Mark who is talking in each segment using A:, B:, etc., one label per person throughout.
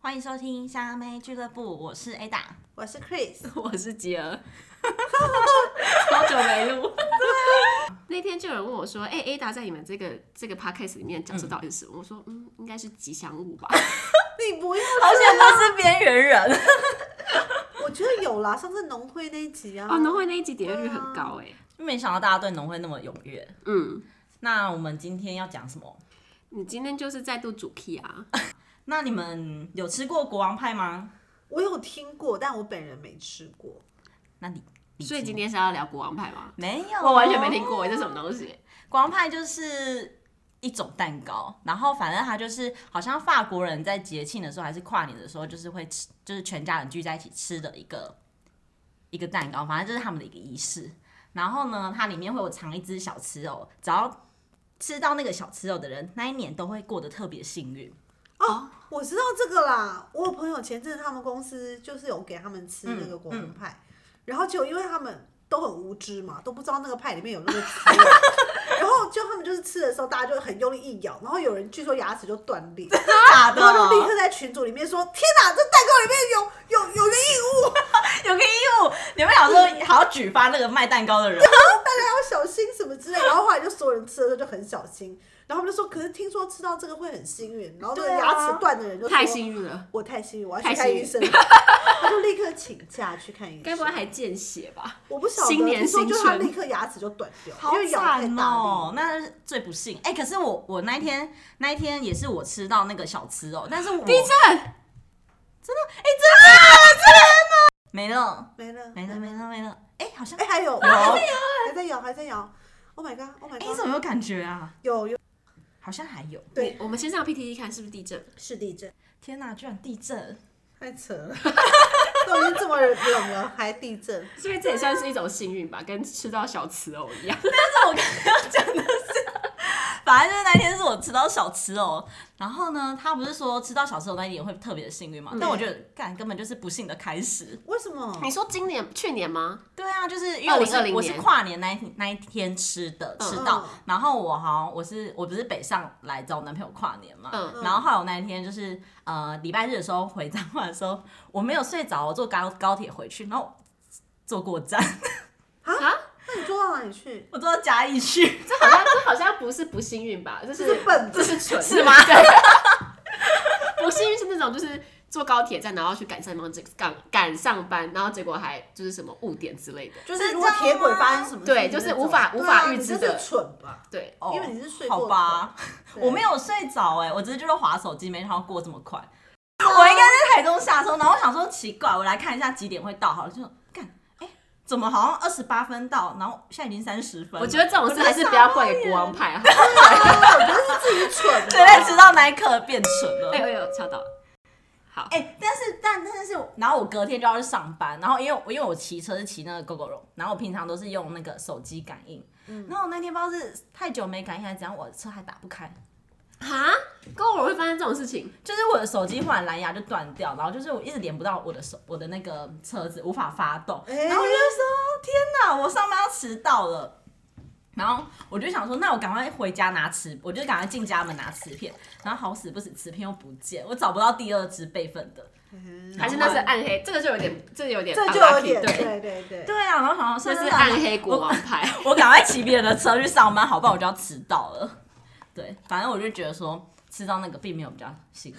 A: 欢迎收听香妹俱乐部，我是 Ada。
B: 我是 Chris，
C: 我是吉儿， 好久没录。 啊那天就有人问我说：“哎、a d a 在你们这个这个 podcast 里面角色到底是什么？”我说：“嗯，应该是吉祥物吧。
B: 你不要，
A: 好险不是边缘人，
B: 我觉得有啦，上次农会那一集”啊，
C: 哦，农会那一集点阅率很高哎、
A: 没想到大家对农会那么踊跃。
C: 嗯，
A: 那我们今天要讲什么？
C: 你今天就是再度主 key 啊，
A: 那你们有吃过国王派吗？
B: 我有听过，但我本人没吃过。
A: 那你
C: 所以今天是要聊国王派吗？哦
A: 没有， 啊
C: 我完全没听。过，哎这什么东西？
A: 国王派就是一种蛋糕，然后反正它就是好像法国人在节庆的时候还是跨年的时候，就是会吃，就是全家人聚在一起吃的一个一个蛋糕，反正就是他们的一个仪式。然后呢，它里面会有藏一只小吃藕，只要吃到那个小吃藕的人，那一年都会过得特别幸运。
B: 哦，我知道这个啦，我有朋友前阵子他们公司就是有给他们吃那个国王派，然后就因为他们都很无知嘛，都不知道那个派里面有那个滋 味然后就他们就是吃的时候，大家就很用力一咬，然后有人据说牙齿就断 裂，
A: 假
B: 然后就立刻在群组里面说：“天哪，这蛋糕里面有有有个异 物，
A: 有个义务，你们想说还要举发那个卖蛋糕的人？
B: 要小心什么之类。”然后后来就所有人吃的时候就很小心，然后他们就说：“可是听说吃到这个会很幸运。”然后那个
A: 对啊
B: 牙齿断的人就说
C: 太幸运了，
B: 我太幸运，我要
C: 太
B: 去看
C: 幸运
B: 医生，他就立刻请假去看医生。
C: 该不会还见血吧？
B: 我不晓得，
C: 新年
B: 听说
C: 新
B: 就他
C: 春
B: 立刻牙齿就断掉，
A: 好
B: 因为咬太
A: 惨
B: 大
A: 哦、
B: 力。
A: 那是最不幸。哎、可是我我那一天那一天也是我吃到那个小吃哦、但是我哎
C: 地震，
A: 没了，
B: 没了，
A: 没了，没。了，没了。哎、好像
B: 哎，
A: 哎、
B: 还有，还在咬，还在咬，还在咬。Oh my god！Oh my
C: 哎
A: 你哎怎
B: god！
A: 么有感觉啊？
B: 有有
A: 好像还有。
B: 对
C: 你我们先上 PTT 看是不是地震？
B: 是地震，
A: 天哪、居然地震！
B: 太扯了， 都已经这么冷了，还地震。
C: 所以这也算是一种幸运吧，跟吃到小瓷偶一样。
A: 反正就是那天是我吃到小吃哦、然后呢，他不是说吃到小吃哦那一年会特别的幸运
B: 嗯
A: 嘛？但我觉得干根本就是不幸的开始。
B: 为什么？
C: 你说今年、去年吗？
A: 对啊，就是因为我是
C: 2020年
A: 我是跨年那一天那一天吃的吃到，
B: 嗯
A: 然后我好像我是我不是北上来找我男朋友跨年嘛，
C: 嗯
A: 然后后来我那一天就是呃礼拜日的时候回彰化的时候，我没有睡着，我坐高高铁回去，然后我坐过站，
C: 啊？
B: 那你坐到哪里去？
A: 我坐到嘉义去，
C: 这好像这好像不是不幸运 吧？这是
B: 这是笨
C: 这是 蠢
A: 是吗？
C: 对，不幸运是那种就是坐高铁站，然后去赶上班，赶赶上班，然后结果还就是什么误点之类的。
B: 就是如果铁轨发生什么事情那种，
C: 对就是无法
B: 对啊
C: 无法预知
B: 你这
C: 的
B: 是蠢吧？
C: 对，
A: 哦
B: 因为你是睡过
A: 好
B: 头
A: 吧，
B: 对
A: 我没有睡着哎、我只是就是划手机，没想到过这么快。我应该在台中下车，然后我想说奇怪，我来看一下几点会到，好了，就干，哎、怎么好像二十八分到，然后现在已经三十分了。
C: 我觉得这种事还是不要怪给国王派啊。
B: 我觉得是自己蠢吧。
A: 对，在知道那一刻变蠢了。
C: 哎呦呦，敲到了。好，
A: 哎、但是但但是，然后我隔天就要去上班，然后因为我因为我骑车是骑那个 GoGo 龙，然后我平常都是用那个手机感应，然后我那天不知道是太久没感应还是怎样，我的车还打不开，
C: 哈，跟我会发生这种事情，
A: 就是我的手机忽然蓝牙就断掉，然后就是我一直连不到我的手我的那个车子，无法发动，
B: 哎
A: 然后我就说天哪，我上班要迟到了。然后我就想说，那我赶快回家拿磁，我就赶快进家门拿磁片，然后好死不死磁片又不见，我找不到第二支备份的。
C: 还是那是暗黑？这个就有点，哦这个有点
B: 这就有
C: unlucky，
B: 点
C: 对，
B: 对对对。
A: 对啊，然后好像
C: 这
A: 甚
C: 是
A: 至
C: 暗黑国王派。
A: 我赶快骑别人的车去上班，好不好？我就要迟到了。对，反正我就觉得说吃到那个并没有比较幸运。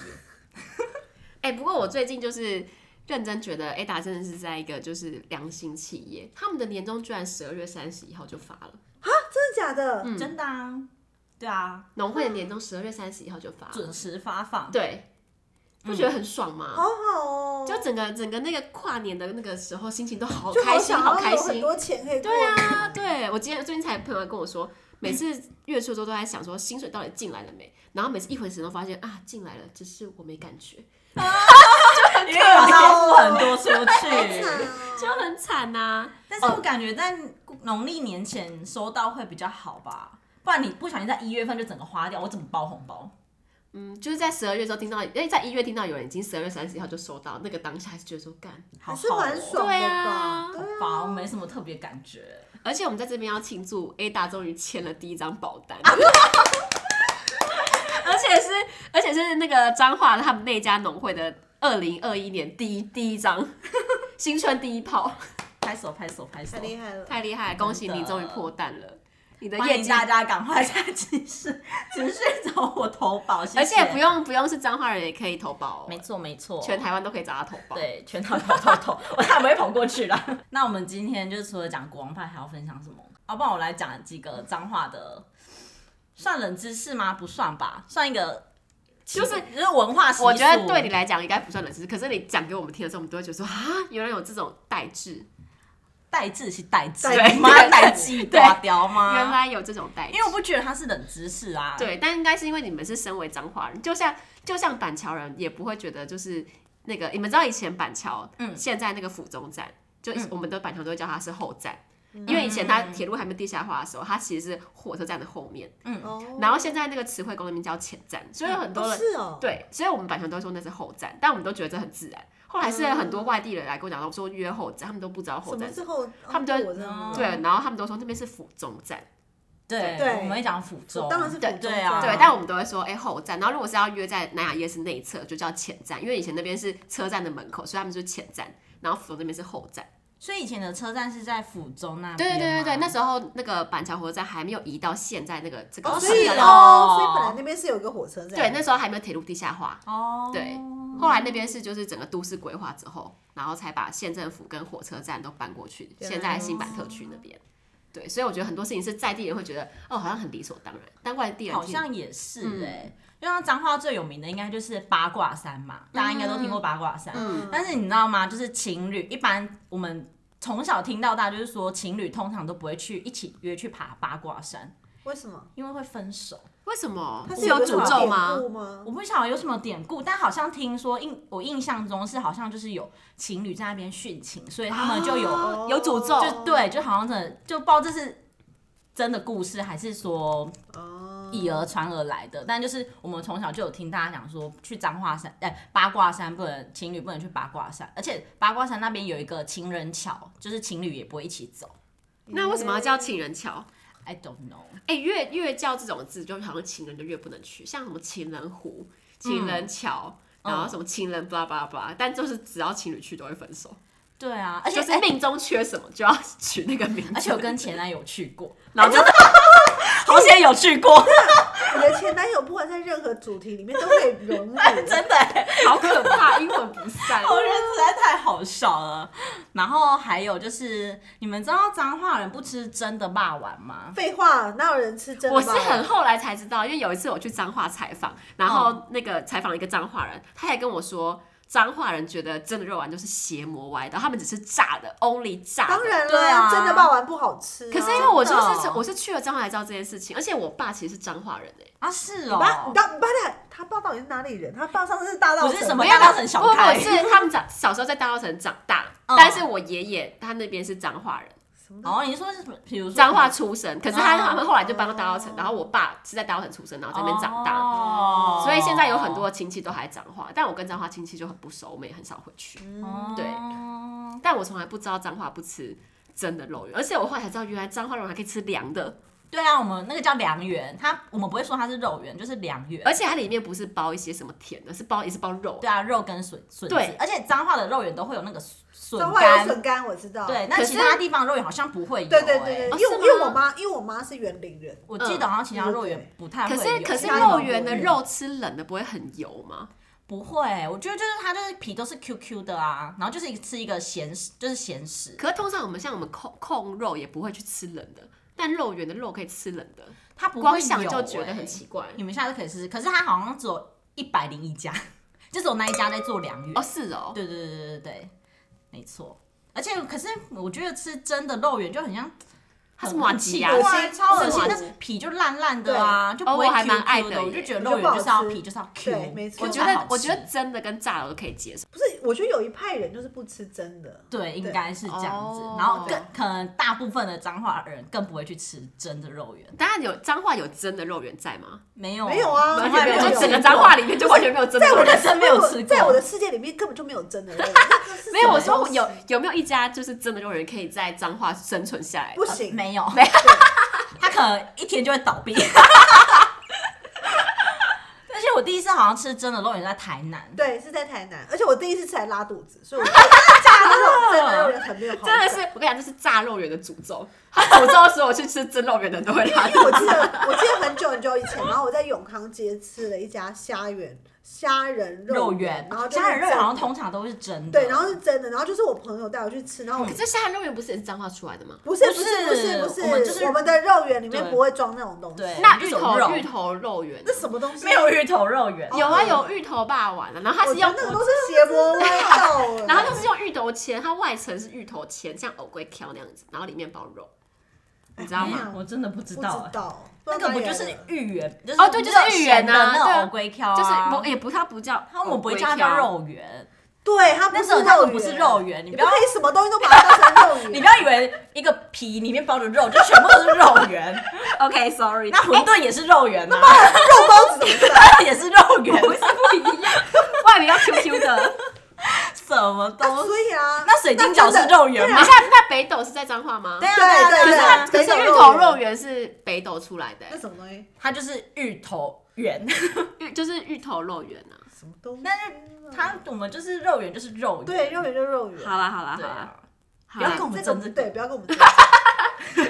C: 哎、不过我最近就是认真觉得 Ada 真的是在一个就是良心企业，他们的年终居然十二月三十一号就发了，
B: 真的假的？
A: 真的啊，对啊，
C: 农会的年终十二月三十一号就发了，
A: 准时发放。
C: 对，不觉得很爽吗？
B: 好好嗯哦，
C: 就整个整个那个跨年的那个时候，心情都好
B: 就
C: 开
B: 好
C: 心，
B: 想
C: 好
B: 要
C: 开
B: 有很
C: 心。
B: 多钱可以过
C: 对啊，对我今天最近才朋友跟我说，每次月初的时候都在想说薪水到底进来了没，然后每次一回神都发现啊进来了，只是我没感觉，
A: 因为有时候付很 多出
B: 好惨
A: 去。
B: 哦
C: 就很惨
B: 啊
C: 呐、
A: 啊但是我感觉在农历年前收到会比较好吧，不然你不小心在一月份就整个花掉，我怎么包红包？
C: 嗯，就是在十二月之后听到，因为在一月听到有人已经十二月三十一号就收到，那个当下还是觉得说干，
A: 好
B: 还
A: 好
B: 是蛮
A: 哦，
B: 爽的吧
C: 对啊？
B: 对
A: 好吧，我没什么特别感觉。
C: 而且我们在这边要庆祝 Ada 终于签了第一张保 单，而且是而且是那个彰化他们那家农会的二零二一年第一第 一张新春第一炮，
A: 拍手拍手拍手
B: 太！厉害了。
C: 太厉害了！恭喜你终于破蛋了，你的
A: 欢
C: 业
A: 迎
C: 绩，
A: 大家赶快在集市集市找我投保，谢谢
C: 而且不用不用是彰化人也可以投保、哦，
A: 没错没错，
C: 全台湾都可以找他投保。，
A: 对全套投投投，我才不会跑过去啦。 那我们今天就除了讲国王派，还要分享什么？要、不然我来讲几个脏话的，算冷知识吗？不算吧，算一个习，
C: 就是
A: 就是文化习俗。
C: 我觉得对你来讲应该不算冷知识，可是你讲给我们听的时候，我们都会觉得说啊，原来有这种代志，
A: 代志是代志，
B: 代
C: 志
A: 妈
C: 对
A: 代志
C: 对
A: 大雕吗？
C: 原来有这种代志
A: 啊因为。我不觉得它是冷知识啊。，
C: 对，但应该是因为你们是身为彰化人，就像就像板桥人也不会觉得就是那个，你们知道以前板桥，
A: 嗯
C: 现在那个府中站，就
A: 嗯
C: 我们的板桥都会叫它是后站，
B: 嗯
C: 因为以前它铁路还没地下化的时候，它其实是火车站的后面，
B: 哦
C: 然后现在那个词汇功能名叫前站，所以有很多
B: 哦
C: 人、
B: 是哦，
C: 对，所以我们板桥都会说那是后站，但我们都觉得这很自然。后来是很多外地人来跟我讲，说约后站，他们都不知道
B: 嗯
C: 后
B: 什么
C: 站。
B: 之后
C: 他们就
B: 我真的不知
C: 对
B: 道，，
C: 然后他们都说那边是府中站，
A: 对，
B: 对
A: 我们会讲福州，
B: 当然是
C: 对
B: 府中
A: 对啊
B: 站
C: 对，但我们都会说哎、后站，然后如果是要约在南雅夜市内侧，就叫前站，因为以前那边是车站的门口，所以他们就前站，然后府中那边是后站。
A: 所以以前的车站是在福州那
C: 对
A: 边
C: 对
A: 吗。
C: 对对对，那时候那个板桥火车站还没有移到现在那个这个
A: 哦
B: 所以
A: 是
C: 哦，
A: 哦
B: 所以本来那边是有一个火车站，
C: 对，那时候还没有铁路地下化，
A: 哦，
C: 对，后来那边是就是整个都市规划之后，然后才把县政府跟火车站都搬过去，
B: 原来
C: 现在新版特区那边。对，所以我觉得很多事情是在地人会觉得哦，好像很理所当然，但外地人
A: 好
C: 听
A: 像也是
C: 嗯
A: 哎、就像彰化最有名的应该就是八卦山嘛，
C: 嗯
A: 大家应该都听过八卦山。
B: 嗯
A: 但是你知道吗？就是情侣一般我们从小听到大，就是说情侣通常都不会去一起约去爬八卦山，
B: 为什么？
A: 因为会分手。
C: 为什么
B: 它
C: 有
B: 个什么
C: 诅咒
B: 典
C: 吗？
B: 故吗？
A: 我不晓得有什么典故，但好像听说印我印象中是好像就是有情侣在那边殉情，所以他们就有、
C: 啊有诅咒
A: 就对，就好像真的就不知道这是真的故事还是说
B: 哦，
A: 以讹传讹来的，但就是我们从小就有听大家讲说，去彰化山，哎、八卦山不能情侣不能去八卦山，而且八卦山那边有一个情人桥，就是情侣也不会一起走。
C: 那为什么要叫情人桥？
A: I don't know，
C: 哎、越越叫这种字，就好像情人就越不能去，像什么情人湖、情
A: 嗯
C: 人桥，然后什么情人 blah blah blah，但就是只要情侣去都会分手，
A: 对啊，而且、
C: 就是命中缺什么就要取那个名字。
A: 而且我跟前男友去过，
C: 然后就
A: 好险有去过，
B: 嗯你的前男友不管在任何主题里面都可以 融入，真
A: 真的、欸。
C: 好可怕，阴魂不 散。
A: 我觉得实在太好笑了。然后还有就是，你们知道彰化人不吃真的霸丸吗？
B: 废话，哪有人吃真的？
C: 我是
A: 哦
C: 很后来才知道，因为有一次我去彰化采访，然
A: 嗯
C: 后那个采访了一个彰化人，他还跟我说，彰化人觉得真的肉丸就是邪魔歪的，他们只是炸的，only 炸的。
B: 当然
A: 对啊
B: 啦，真的霸王不好吃啊。
C: 可是因为我就
A: 真
C: 是
A: 的哦
C: 我是去了彰化才知道这件事情，而且我爸其实是彰化人哎、
A: 啊，是
B: 你爸，
A: 哦
B: 你，爸，你爸在他爸到底是哪里人？他爸上次是大道
A: 我是什么
C: 不
A: 大
C: 要
A: 稻城小
C: 不不
A: 开
C: 是他们长小时候在大稻城长大，
A: 嗯
C: 但是我爷爷他那边是彰化人，
A: 哦，你说是什么？比如说
C: 彰化出生，可是他
A: 哦
C: 他们后来就搬到大稻城，然后我爸是在大稻城出生，然后在那边长大。
A: 哦
C: 所以现在有很多亲戚都还彰化，但我跟彰化亲戚就很不熟，我们也很少回去。
B: 嗯
C: 对
A: 哦
C: 但我从来不知道彰化不吃真的肉圆，而且我后来才知道，原来彰化肉圆还可以吃凉的，
A: 对啊，我们那个叫良缘，它我们不会说它是肉圆，就是良缘。
C: 而且它里面不是包一些什么甜的，是包也是包肉。
A: 对啊，肉跟笋笋子
C: 对
A: 而且彰化的肉圆都会有那个笋
B: 彰化有
A: 干。
B: 笋干，我知道。
A: 对，那
C: 可
A: 其
C: 是
A: 他地方肉圆好像不会有、欸。
B: 对对对
C: 哦
B: 对，因为
C: 是吗
B: 因为我妈，因为我妈是园林人，
A: 我记得好像其他肉圆不啊太会
C: 可
A: 有。
C: 是可是
A: 其他地方
C: 肉
A: 不会
C: 圆的肉吃冷的不会很油吗？
A: 不会、欸我觉得就是它就是皮都是 QQ 的啊，然后就是一吃一个咸食，就是咸食。
C: 可是通常我们像我们控控肉也不会去吃冷的，但肉圆的肉可以吃冷的，
A: 它不会有、欸
C: 光想就觉得很奇
A: 怪。
C: 怪。
A: 你们下次可以试试，可是它好像只有一百零一家， 就只有那一家在做良缘。
C: 哦，是哦，
A: 对对对对对对，没错。而且，可是我觉得吃真的肉圆就很像，
C: 它是
A: 很
C: 麻
A: 很奇
C: 吉
A: 怪
C: 啊，
B: 我
A: 啊，
B: 是
A: 超恶心
C: 是，麻
A: 那
C: 吉
A: 皮就烂烂的啊，就不会
C: 哦我还蛮
A: Q Q
C: 爱的
A: 我就
C: 耶
A: 觉得
B: 我
A: 肉
B: 就
A: 圆
B: 不
A: 就是
B: 好
A: 要
B: 吃
A: 皮就是要 Q，
B: 对没错
A: 我
C: 我
A: 觉
C: 觉
A: 得
C: 得
A: 好
C: 我觉得
A: 吃
C: 真的跟炸的我都可以接受。
B: 不是，我觉得有一派人就是不吃真的。
A: 对应
B: 对
A: 该是这样子
C: 哦，
A: 然后
C: 对
A: 更可能大部分的彰化人更不会去吃真的肉圆，
C: 当然有彰化有真的肉圆在吗？
A: 没有
B: 没有啊
A: 从
C: 完
A: 来
C: 全
A: 没
C: 没
A: 有
C: 有，
A: 吃
C: 就整个
A: 过
C: 彰化里面就完全没有真的
B: 在
C: 肉
B: 我的
C: 圆。
A: 人生没有吃过
B: 在我的世界里面根本就没有真的 肉，那是什么
C: 没有，我说
B: 东西
C: 有有没有一家就是真的肉圆可以在彰化生存下来？
B: 不行，
A: 没有，
C: 没有
A: 他可能一天就会倒闭。而且我第一次好像吃真的肉圆在台南，
B: 对，是在台南，而且我第一次吃还拉肚子， 所以我炸肉真的肉也很没有好
C: 真的
B: 感
C: 是，我跟你讲，这是炸肉圆的诅咒。他诅咒所有去吃真肉圆的人都会拉
B: 因为我记得我记得很久很久以前，然后我在永康街吃了一家虾圆虾仁
A: 肉
B: 圆
A: 圆，
B: 然后，就是
A: 虾仁肉圆好像
B: 真的
A: 通常都是真的，
B: 对，然后是真的，然后就是我朋友带我去吃，然后我
C: 可。是虾仁肉圆不是也是脏话出来的吗？
B: 不是
A: 嗯不
B: 不
A: 是
B: 是不是不是，
A: 我们就是
B: 的肉圆里面
A: 对
B: 不会装那种东西，
A: 对
C: 那
A: 就是有
C: 芋头
A: 肉
C: 芋头肉圆
B: 那什么东西？
A: 没有芋头肉圆，
C: 有啊，有芋头霸王啊的，然后它
B: 我
C: 是
B: 觉
C: 用。
B: 得那个都是邪魔歪道
C: 然后它是用芋头切，它外层是芋头切，像藕桂条那样子，然后里面包肉，你知道
A: 哎
C: 吗？
A: 呀我真的不知
B: 不
A: 道
B: 知
A: 哎。
B: 道，
A: 那个不就是芋圆？就
C: 哦对就是芋圆
A: 的
C: 啊
A: 那
C: 对啊
A: 种藕龟壳啊，
C: 就是不也不它不叫，
A: 他们不会叫它叫，肉圆，
B: 对，它不
A: 那
B: 是
A: 种
B: 肉
A: 它
B: 圆，
A: 们不是肉圆，你
B: 你
A: 不
B: 不
A: 要
B: 可以什么东西都把它当成肉圆。
A: 你不要以为一个皮里面包着肉，就全部都是肉圆。
C: OK，sorry，
A: 那馄饨也是肉圆呐、
B: 肉包子怎么算？
A: 也是肉 圆，
C: 不是不一样， 外面要 QQ 的。
A: 什么
B: 啊
A: 都。
B: 所以啊，
A: 那水晶饺是肉圆
C: 等
A: 吗
C: 一？下，那北斗是在彰化吗？
A: 对啊
B: 对
A: 对
B: 对
A: 啊
B: 对，
C: 可是
B: 北斗
C: 芋头肉
B: 圆
C: 圆是北斗出来的
B: 那什么东西？
A: 它就是芋头圆，
C: 欸，芋就是芋头肉圆啊。
B: 什么东西？
A: 但是 它我们就是肉圆就是肉圆，
B: 对肉圆就肉圆。
C: 好啦好啦好
A: 对
C: 啦，
A: 啊，
C: 好
A: 不要跟
C: 啦，
A: 我们
B: 这个
A: 争
B: 不
A: 这
B: 对，不要跟我们争。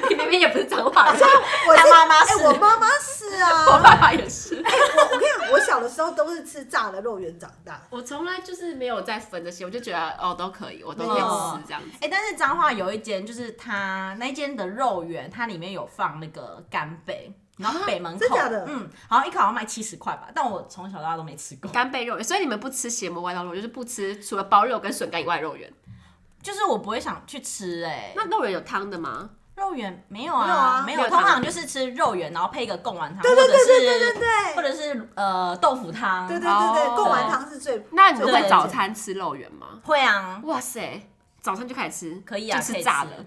C: 你明明也不是彰化 人，
B: 我
A: 他
B: 是
A: 妈妈
B: 哎
A: 是
B: 我妈妈是啊。
C: 我爸爸也是。
B: 我我跟你讲，我小的时候都是吃炸的肉圆长大。
C: 我从来就是没有在分这些，我就觉得哦都可以，我都可以
A: 哦
C: 吃这样子。
A: 哎、但是彰化有一间，就是它那一间的肉圆，它里面有放那个干贝，然后北门口，
B: 真假的
A: 嗯，好像一口好像卖七十块吧，但我从小到大都没吃过。
C: 干贝肉圆，所以你们不吃邪魔歪道肉，就是不吃除了包肉跟笋干以外的肉圆。
A: 就是我不会想去吃、哎，
C: 那肉圆有汤的吗？
A: 肉圆没有
B: 没
A: 啊，
B: 有啊
A: 没
C: 没有
A: 通
C: 糖
A: 常就是吃肉圆，然后配一个贡丸汤，
B: 对对对对对对
A: 或者是
B: 对
A: 或。者是呃豆腐汤，
B: 对对对对
C: 哦，
B: 贡丸汤是最
C: 那你们
A: 对
C: 会早餐吃肉圆吗？
A: 会啊，
C: 哇塞，早上就开始吃，
A: 可以啊，
C: 就
A: 可
C: 吃
A: 以
C: 炸
A: 吃
C: 的。。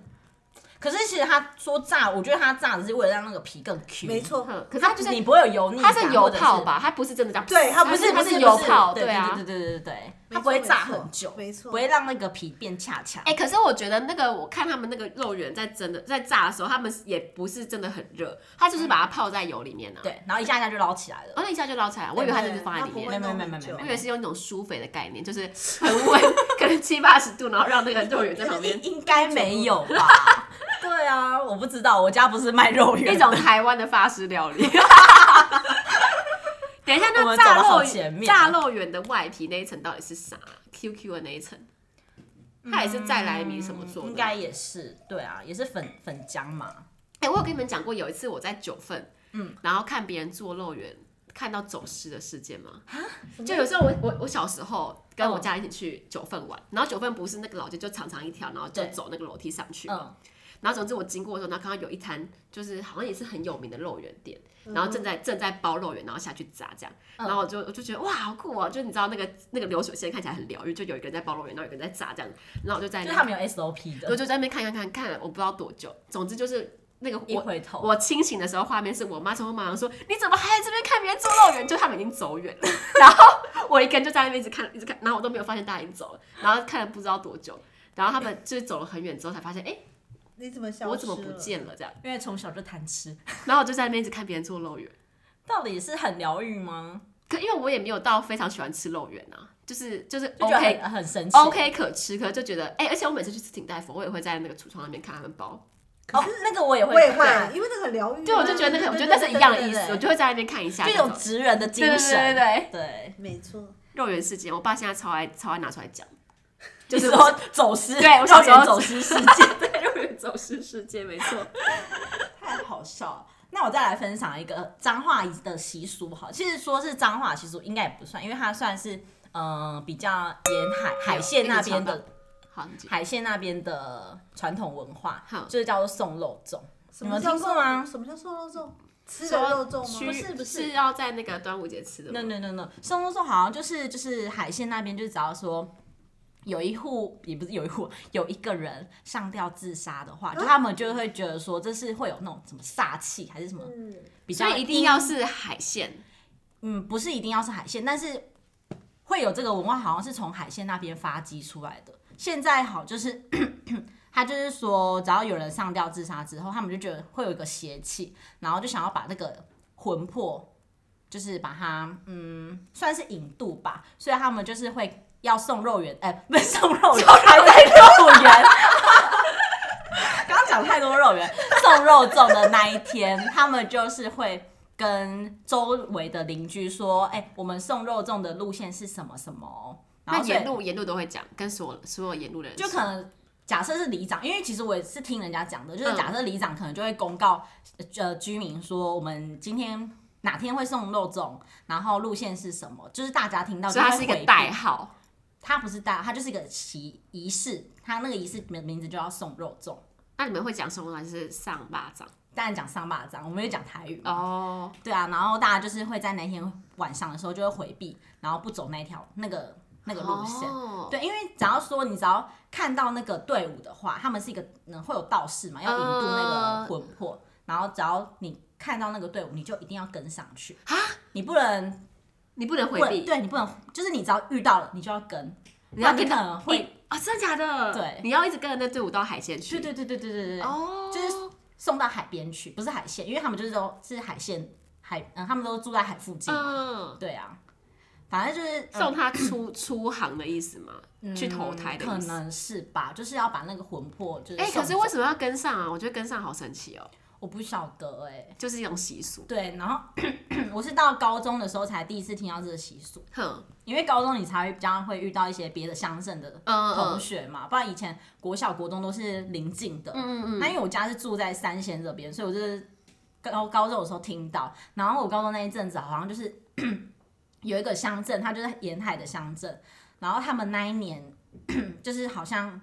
A: 可是其实他说炸，我觉得他炸只是为了让那个皮更 Q，
B: 没，错，
C: 嗯可是它就是
A: 你不会有油腻
C: 它
A: 感，
C: 是油泡
A: 或者是？
C: 吧，它不是真的这样。
B: 对它
A: 不
B: 是
C: 它
A: 不
B: 不
C: 是
A: 油
C: 油泡，
A: 对
C: 啊
A: 对。对对对对对，它
B: 没错
A: 不会炸
B: 没错
A: 很久，
B: 没错
A: 不会让那个皮变恰恰。
C: 哎、可是我觉得那个，我看他们那个肉圆在真的在炸的时候，他们也不是真的很热，他就是把它泡在油里面呢、啊。
A: 对，然后一下一下就捞起来
C: 哦，
A: 了。
C: 那一下就捞起来，我以为它真的是放在里
A: 对。
C: 面
A: 没有没有没有没有
C: 我
A: 没
C: 以
A: 有
C: 为是用一种疏肥的概念，就是恒温， 可能七八十度，然后让那个肉圆在旁边
A: 应。应该没有吧？ 对啊，我不知道，我家不是卖肉圆
C: 一
A: 的，
C: 种台湾的法式料理。 等一下，
A: 我
C: 那
A: 们走
C: 炸
A: 得好
C: 肉
A: 前面啊
C: 炸肉圆的外皮那一层到底是啥？QQ 的那一层，它也是再来米什么做的？
A: 嗯应该也是，对啊，也是粉粉浆嘛。
C: 哎、我有跟你们讲过，有一次我在九份，嗯，然后看别人做肉圆，看到走失的事件吗？就有时候我我我小时候跟
A: 嗯
C: 我家人一起去九份玩，然后九份不是那个老街就长长一条，然后就
A: 对
C: 走那个楼梯上去，
A: 嗯，
C: 然后总之我经过的时候，然后看到有一摊就是好像也是很有名的肉圆店，然后正在正在包肉圆，然后下去炸这样，
A: 嗯
C: 然后我就我就觉得哇好酷哦、就你知道那个那个流水线看起来很疗愈，就有一个人在包肉圆，然后有一个人在炸这样，然后我就在
A: 就
C: 哎那
A: 是他们有 SOP
C: 我
A: 的，
C: 就在那边看看看看了，我不知道多久，总之就是那个
A: 一
C: 我。
A: 回头
C: 我清醒的时候，画面是我妈从后马上说：“你怎么还在这边看别人做肉圆？”就他们已经走远了， 然后我一个人就在那边一直看，一直看，然后我都没有发现大家已经走了，然后看了不知道多久，然后他们就是走了很远之后才发现，哎、
B: 你怎么消失？
C: 我怎么不？见了？这样，
A: 因为从小就贪吃，
C: 然后我就在那边一直看别人做肉圆，
A: 到底是很疗愈吗？
C: 可因为我也没有到非常喜欢吃肉圆啊，就是就是
A: 就觉得
C: OK
A: 很很神奇。
C: OK 可吃，可是就觉得哎、而且我每次去吃挺大福，我也会在那个橱窗那边看他们包，
A: 哦，那个我也会
B: 我也会
A: 看，，
B: 因为那个很疗愈啊。
C: 对，我就觉得那个，我觉得那是一样的意思，我就会在那边看一下
A: 就
C: 这
A: 一
C: 种，
A: 种职人的精
C: 对对对对
A: 神。
C: 对，
A: 对，
B: 没错，
C: 肉圆事件，我爸现在超爱超爱拿出来讲，
A: 就
C: 就是是
A: 说走失，
C: 对我小
A: 肉
C: 时候
A: 圆走失事 件，
C: 对肉圆走失事件，没错，
A: 太好笑了。那我再来分享一个彰化的习俗，好，其实说是彰化习俗应该也不算，因为它算是呃比较沿海海线那边的
C: 好，你继续
A: 海线那边的传统文化
C: 好，
A: 就是叫做送肉粽。
B: 什
A: 你
B: 么
A: 们
B: 叫
A: 听过吗？
B: 什么叫瘦肉粽？吃的肉粽吗？
A: 是
C: 不是
A: 不是
C: 不是要在那个端午节吃的
A: no
C: 吗？
A: no no no，松露粽好像就是就是海鲜那边，就是只要说有一户也不是有一户， 有一个人上吊自杀的
C: 啊
A: 话，就他们就会觉得说这是会有那种什么煞气还是什么
B: 嗯，
A: 比较
C: 所以一定
A: 阴
C: 要是海鲜，
A: 嗯，不是一定要是海鲜，但是会有这个文化，好像是从海鲜那边发迹出来的。现在好就是他就是说，只要有人上吊自杀之后，他们就觉得会有一个邪气，然后就想要把那个魂魄就是把它嗯算是引渡吧，所以他们就是会要送肉圆，哎、不是送肉圆，还在肉圆。刚刚讲太多肉圆，送肉粽的那一天，他们就是会跟周围的邻居说：“哎、我们送肉粽的路线是什么什么哦？”然
C: 那
A: 后所以
C: 沿路沿路都会讲，跟所有所有沿路的人
A: 就
C: 说
A: 可能假设是里长，因为其实我也是听人家讲的，就是
C: 嗯
A: 假设里长可能就会公告呃居民说，我们今天哪天会送肉粽，然后路线是什么，就是大家听到就
C: 所以
A: 会
C: 它是一
A: 回
C: 个
A: 避
C: 代，号，
A: 它不是代号，它就是一个仪仪式，它那个仪式的名字就要送肉粽。
C: 那你们会讲什么？还是上巴掌？
A: 当然讲上巴掌，我们也讲台语嘛，
C: 哦，
A: 对啊，然后大家就是会在那天晚上的时候就会回避，然后不走那条那个那个路线。
C: 哦
A: 对，因为只要说你只要看到那个队伍的话，他们是一个嗯会有道士嘛，要引渡那个
C: 呃
A: 魂魄，然后只要你看到那个队伍，你就一定要跟上去啊，你不能
C: 你不能
A: 不
C: 回
A: 能
C: 避，
A: 对你不能，就是你只要遇到了你就要跟，
C: 你要
A: 不然
C: 跟
A: 你可能
C: 你
A: 会，
C: 啊，真的假的？
A: 对
C: 你要一直跟着那队伍到海鲜去。
A: 对对对对对对对，
C: 哦，
A: 就是送到海边去，不是海线，因为他们就是都是海线海，嗯，他们都住在海附近，
C: 嗯，
A: 对啊，反正就是、嗯
C: 送他 出出航的意思吗？去投胎的
A: 可
C: 意思？
A: 能是吧，就是要把那个魂魄就是
C: 哎、
A: 送走，
C: 可是为什么要跟上啊？我觉得跟上好神奇哦，
A: 我不晓得哎、
C: 就是一种习俗。
A: 对，然后 我是到高中的时候才第一次听到这个习俗，
C: 哼，
A: 因为高中你才会比较会遇到一些别的乡镇的
C: 嗯
A: 同
C: 嗯
A: 学嘛，不然以前国小国中都是邻近的。
C: 嗯嗯
A: 那因为我家是住在三线这边，所以我就是高高中的时候听到，然后我高中那一阵子好像就是 有一个乡镇，它就是沿海的乡镇，然后他们那一年 就是好像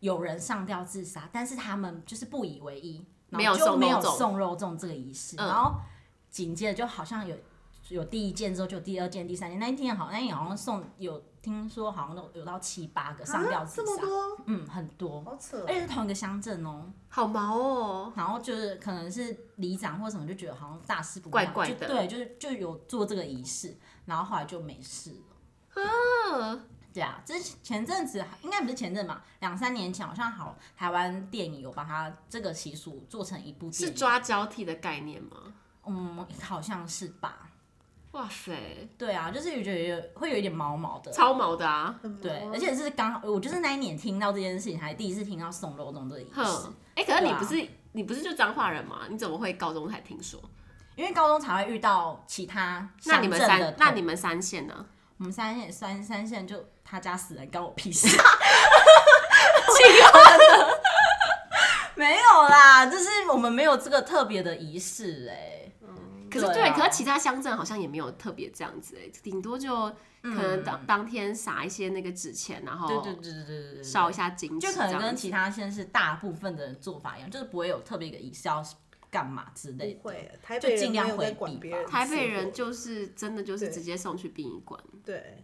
A: 有人上吊自杀，但是他们就是不以为意，
C: 没有
A: 然后就
C: 送
A: 没有
C: 肉粽
A: 送肉粽这个仪式，
C: 嗯
A: 然后紧接着就好像有。有第一件之后，就有第二件、第三件。那一天好，那一天好像送有听说好像都有到七八个上吊
B: 啊，
A: 自
B: 这
A: 杀，
B: 么多，
A: 嗯，很多，
B: 好扯
A: 而。且是同一个乡镇哦。
C: 好毛哦，
A: 然后就是可能是里长或什么就觉得好像大事不妙
C: 怪怪
A: 就
C: 的
A: 对，就是就有做这个仪式，然后后来就没事了。
C: 嗯，
A: 对啊，之前前阵子应该不是前阵嘛，两三年前好像好台湾电影有把它这个习俗做成一部电
C: 是
A: 影，
C: 抓交替的概念吗？
A: 嗯，好像是吧？
C: 哇塞，
A: 对啊，就是觉得有会有一点毛毛的。
C: 超毛的啊！
B: 很忙
A: 对，而且是刚好我就是那一年听到这件事情，还第一次听到送肉粽这个仪式
C: 哼，，哎、可是
A: 对
C: 你
A: 啊
C: 不是、你不是就彰化人吗？你怎么会高中才听说？
A: 因为高中才会遇到其他
C: 那
A: 乡
C: 你们
A: 镇的
C: 三
A: 同
C: 那你们三县呢？
A: 我们三线三三线就他家死人，关我屁事。 没有啦，就是我们没有这个特别的仪式哎、
C: 嗯可是对，
A: 对啊
C: 可是其他乡镇好像也没有特别这样子、哎，顶多就可能当、当天撒一些那个纸钱，然
A: 嗯对
C: 后
A: 对对对对对，
C: 烧一下金纸，
A: 就可能
C: 这样
A: 跟
C: 子
A: 其他县是大部分的人做法一样，就是不会有特别一个仪式要干嘛之类
B: 不
A: 的。
B: 会，台北
A: 就尽
B: 人
A: 量
B: 没有在
A: 回避
B: 管别
A: 吧
B: 人的
C: 台北
B: 生
C: 人
B: 活
C: 就是真的就是
B: 对
C: 直接送去殡仪馆，
B: 对，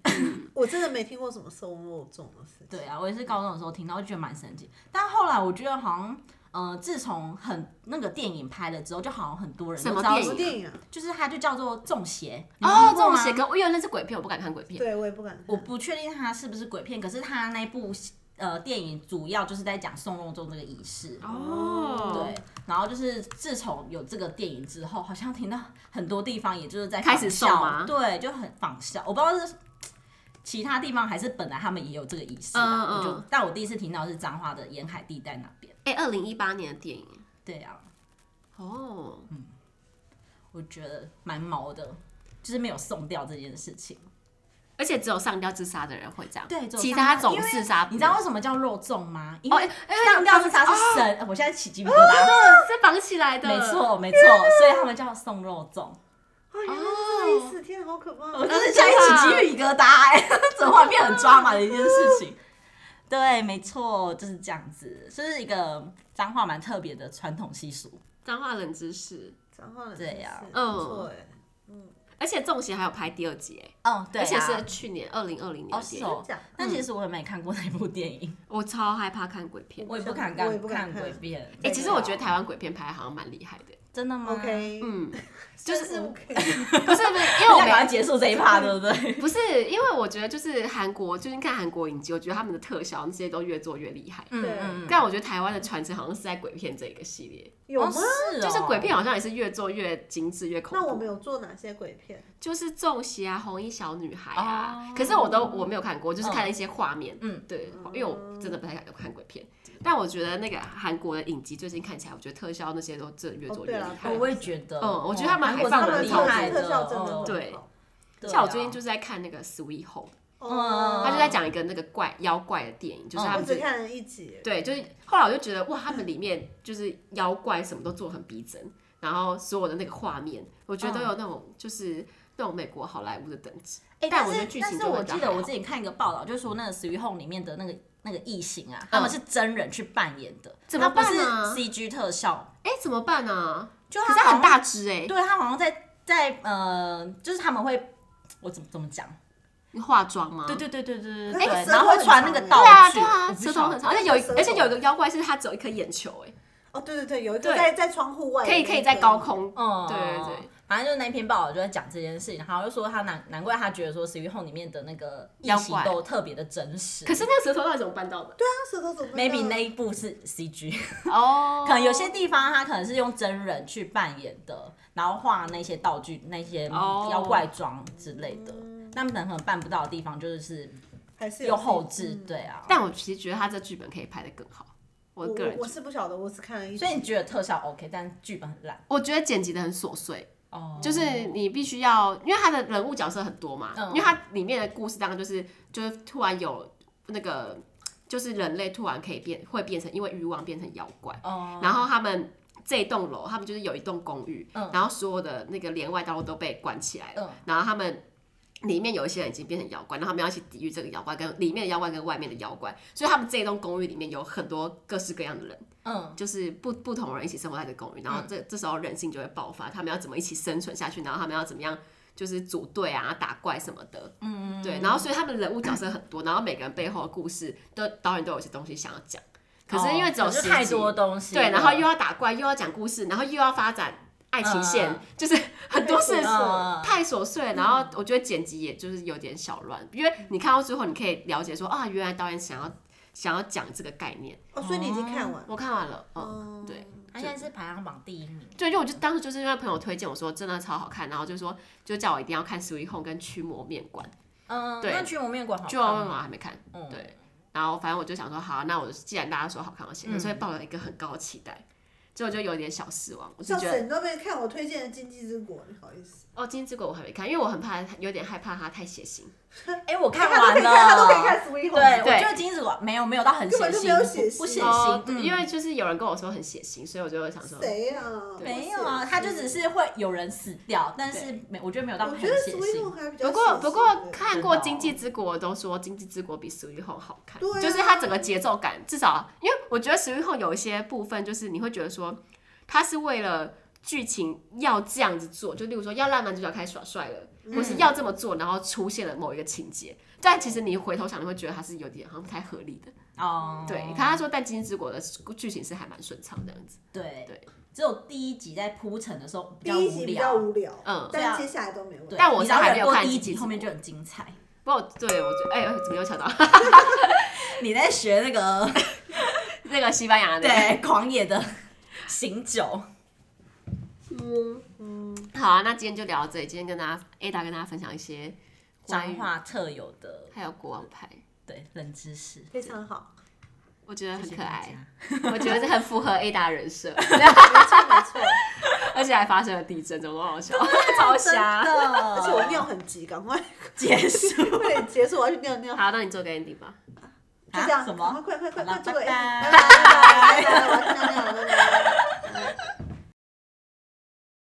B: 我真的没听过什么瘦肉粽的事情。
A: 对啊，我也是高中的时候听到，就觉得蛮神奇。但后来我觉得好像，呃，自从很那个电影拍了之后，就好像很多人
C: 什
A: 都
C: 么
A: 知道说，
B: 什么
C: 电影
B: 电影啊？
A: 就是它就叫做《中邪》你有
C: 哦，
A: 听
C: 这
A: 过
C: 种
A: 吗
C: 写歌，我以为那是鬼片，我不敢看鬼片。
B: 对，我也不敢看。
A: 我不确定它是不是鬼片，可是它那部呃电影主要就是在讲送肉粽这个仪式。
C: 哦
A: 对，然后就是自从有这个电影之后，好像听到很多地方也就是在
C: 开始
A: 仿效
C: 送吗
A: 对，就很仿效。我不知道是其他地方还是本来他们也有这个仪式啊。
C: 嗯嗯
A: 我就但我第一次听到是彰化的沿海地带那边。
C: 哎，二零一八年的电影，
A: 对啊，
C: 哦，
A: 嗯我觉得蛮毛的，就是没有送掉这件事情。
C: 而且只有上吊自杀的人会这样，
A: 对只有
C: 其
A: 上
C: 他
A: 吊
C: 总
A: 因为
C: 自杀不
A: 你知道
C: 能
A: 为什么叫肉粽吗？因
C: 哦
A: 为
C: 哎
A: 上吊自杀是神，我现在起鸡皮疙 瘩。
C: 是绑起来的，
A: 没。错，没错，所以他们叫送肉粽。
B: 啊，原来是这个意思，天啊，好可怕！
A: 我真的像一起鸡皮疙瘩、哎， 这画面很抓马的一件事情。 对，没错，就是这样子，就是一个脏话蛮特别的传统习俗。
C: 脏话冷知识，
B: 讲话了，
A: 这样
B: 嗯，不错哎，
C: 而且《中邪》还有拍第二集，哎、
A: 嗯，对、啊，
C: 而且是去年二零二零年
A: 哦
C: 的
A: 是
C: 电影，
A: 哦
B: 真假，
A: 但其实我也没看过那部电影，
C: 我超害怕看鬼片。
A: 我也不敢看
B: 我也不敢
A: 看
B: 看
A: 鬼片。
C: 哎、其实我觉得
A: 对啊
C: 台湾鬼片拍得好像蛮厉害的，
A: 真的吗
B: OK，
C: 嗯，
B: 就
C: 就是
B: 是 OK，
C: 不是不是，因为
A: 要
C: 我
A: 赶快
C: 没
A: 结束这一趴，对不对？
C: 不是，因为我觉得就是韩国，最近看韩国影集，我觉得他们的特效那些都越做越厉害。
A: 嗯
B: 对
A: 嗯，嗯
C: 但我觉得台湾的传承好像是在鬼片这一个系列，
B: 有
A: 哦
B: 吗？
A: 是哦，
C: 就是鬼片好像也是越做越精致、越恐
B: 那
C: 怖。
B: 我们有做哪些鬼片？
C: 就是中邪啊，红衣小女孩啊，
A: 哦
C: 可是我都我没有看过，就是看了一些画面。
A: 嗯，
C: 对，因为我真的不太敢看鬼片，但我觉得那个韩国的影集最近看起来，我觉得特效那些都真的越做
B: 哦
C: 越
B: 对
C: 厉
B: 啦
C: 害。
A: 哦，我也觉得，
C: 嗯我觉得他们
A: 哦韩国
C: 还放
A: 真的很
B: 们
C: 得
A: 厉
B: 超
C: 很
A: 害
B: 级
A: 的，
B: 特效真的
A: 嗯
B: 很
C: 对
B: 好，
A: 对啊
C: 像我最近就是在看那个《Sweet Home》，
B: 哦
A: 嗯
C: 他就在讲一个那个怪妖怪的电影，就是
A: 嗯
C: 他
B: 我
C: 们
B: 只
C: 就
B: 看了一集，
C: 对，就是后来我就觉得哇，他们里面就是妖怪什么都做得很逼真，然后所有的那个画面，我觉得都
A: 嗯
C: 有那种就是那种美国好莱坞的等级。
A: 哎，
C: 但
A: 但
C: 我觉得
A: 是
C: 剧情
A: 但
C: 就是会
A: 我
C: 比较
A: 记得
C: 还
A: 我
C: 好
A: 之前看一个报道，就说那个《死于 Home》里面的那个那个异形啊，他们是真人去扮演的，
C: 嗯怎么
A: 他不是
C: 办啊
A: CG 特效，
C: 哎，怎么办啊？
A: 就
C: 可
A: 他
C: 是
A: 好
C: 它
A: 像
C: 很，大只哎，
A: 对他好像在在呃，就是他们会。我怎么怎么讲？
C: 你化妆吗？
A: 对对对对对
B: 可
A: 对
C: 哎
A: 对，
B: 是舌
A: 然后
B: 头
A: 会
B: 很
A: 穿那
B: 长
A: 个
B: 欸
A: 道
C: 对啊，
A: 具，
C: 对啊，
A: 我不
C: 舌
A: 晓
C: 头
A: 得
C: 很长，而且有一
B: 舌头
C: 而且有一个妖怪是它只有一颗眼球，哎，
B: 哦，对对对，有一个
C: 对
B: 在在窗户外的
C: 可
B: 那
C: 以
B: 个，
C: 可以在高空，
A: 哦，
C: 对对对，
A: 反正就是那篇报道就在讲这件事情，然后就说他难难怪他觉得说《死于 Home》里面的那个异
C: 妖
A: 形
C: 怪
A: 都特别的真实。
C: 可是那个舌头到底怎么办到的？
B: 对啊，舌头怎么办
A: maybe 那一部是 CG，
C: 哦
A: 啊可能有些地方他可能是用真人去扮演的，然后画那些道具、那些
C: 哦
A: 妖怪妆之类的。那可能可能办不到的地方就是
B: 还是
A: 有后
B: 自
A: 置，
B: 己嗯
A: 对啊。
C: 但我其实觉得他这剧本可以拍得更好，我
B: 我
C: 个人
B: 我
C: 觉
B: 我
C: 得，
B: 是不晓得，我只看了一集，
A: 所以你觉得特效 OK，但剧本很烂
C: 我觉得剪辑的很琐碎。
A: 哦，
C: 哦就是你必须要，因为他的人物角色很多嘛，
A: 嗯
C: 因为它里面的故事当然就是就是突然有那个就是人类突然可以变会变成因为欲望变成妖怪，
A: 哦，
C: 然后他们这一栋楼他们就是有一栋公寓，
A: 嗯
C: 然后所有的那个连外道路都被关起来了，
A: 嗯
C: 然后他们。里面有一些人已经变成妖怪，然后他们要一起抵御这个妖怪，跟里面的妖怪跟外面的妖怪，所以他们这一栋公寓里面有很多各式各样的人，
A: 嗯
C: 就是不不同人一起生活在这个公寓，然后这、这时候人性就会爆发，他们要怎么一起生存下去，然后他们要怎么样就是组队啊、打怪什么的，嗯，对，然后所以他们人物角色很多，然后每个人背后的故事都导演都有一些东西想要讲，可是因为只有
A: 哦哦可
C: 十
A: 是太
C: 集
A: 多东西了，
C: 对，然后又要打怪，又要讲故事，然后又要发展爱情线，
A: 嗯
C: 就是很多事
B: 太琐碎
A: 了
C: 太琐碎。然后我觉得剪辑也就是有点小乱，因为你看到最后，你可以了解说啊，原来导演想要想要讲这个概念。
B: 哦，所以你已经看完，
C: 我看完了，嗯，
B: 哦
C: 对，
A: 他现在是排行榜第一名。
C: 对，因为我就当时就是因为朋友推荐我说真的超好看，然后就说就叫我一定要看《Sweet Home》跟《驱魔面馆
A: 嗯，
C: 对
A: 那驱魔面馆好》，
C: 就我
A: 看吗？
C: 还没看，
A: 嗯，
C: 对。然后反正我就想说，好，啊那我既然大家说好看，我先看，
A: 嗯
C: 所以抱了一个很高的期待，结果就有点小失望。我就
B: 笑
C: 觉得
B: 死，你都没看我推荐的《经济之国》，你好意思？
C: 哦，《金之国》我还没看，因为我很怕，有点害怕它太血腥。
A: 哎，我看
B: 他都可
A: 完
B: 以看，他都可以
A: 了。
B: 看《Sweet
A: 对，我
C: 对
A: 觉得金子馆没有没有到很血
B: 根本就没有血
A: 腥，不不
B: 腥
A: 血
C: 哦
A: 腥，嗯
C: 因为就是有人跟我说很血腥，所以我就想说，
B: 谁呀？
A: 没有啊，他就只是会有人死掉，但是没，我觉得没有到
B: 我
A: 很
B: 觉得《
A: 血
B: Sweet
A: 腥。
B: Home》还比较
C: 不过
B: 血腥
C: 不过
B: 对
C: 看
A: 我
C: 过
A: 知道
C: 《经济之国》都说《经济之国》比《死狱后》好看，
B: 对啊
C: 就是它整个节奏感，至少因为我觉得《死狱后》有一些部分就是你会觉得说，它是为了剧情要这样子做，就例如说要让男主角开始耍帅了，
B: 嗯
C: 或是要这么做，然后出现了某一个情节，但其实你回头想，你会觉得它是有点好像不太合理的。
A: 哦，
C: 对，可他说但《经济之国》的剧情是还蛮顺畅这样子，
A: 对
C: 对，
A: 只有第一集在铺陈的时候比较
B: 第一集
A: 无
B: 比较
A: 聊，
B: 无聊，
C: 嗯。
B: 但接下来都没问题
A: 对。
C: 但我
A: 你
C: 是
A: 只要
C: 还
A: 忍
C: 没有
A: 过
C: 看
A: 第一
C: 金
A: 集，
C: 子
A: 后面
C: 果
A: 就很精彩。
C: 不过对我觉得，哎、怎么又抢到
A: 你在学那 个
C: 那个西班牙的？，
A: 对狂野的醒酒，
C: 好啊，那今天就聊到这里。今天跟大家 Ada 跟大家分享一些关
A: 彰
C: 于
A: 化特有的
C: 还有国王牌，
A: 对冷知识，
B: 非常好，
C: 我觉得很
A: 谢谢
C: 可
A: 大
C: 爱，
A: 家。
C: 我觉得这很符合 Ada 人设，
B: 没错没错，
C: 而且还发生了地震，怎么那么 好笑，超
A: 真
C: 瞎。
A: 的，
B: 而且我尿很急，赶快
A: 结 束。
B: 快点结束，我要去尿尿，
C: 好，那你做个 ending 吧。
B: 就这样，
A: 啊什么
B: 赶快快快快
A: 好
B: 快
A: 了
B: 做个 ending，
A: 拜
B: 拜
A: 拜
B: 拜拜拜，拜拜我要去尿尿了，拜拜。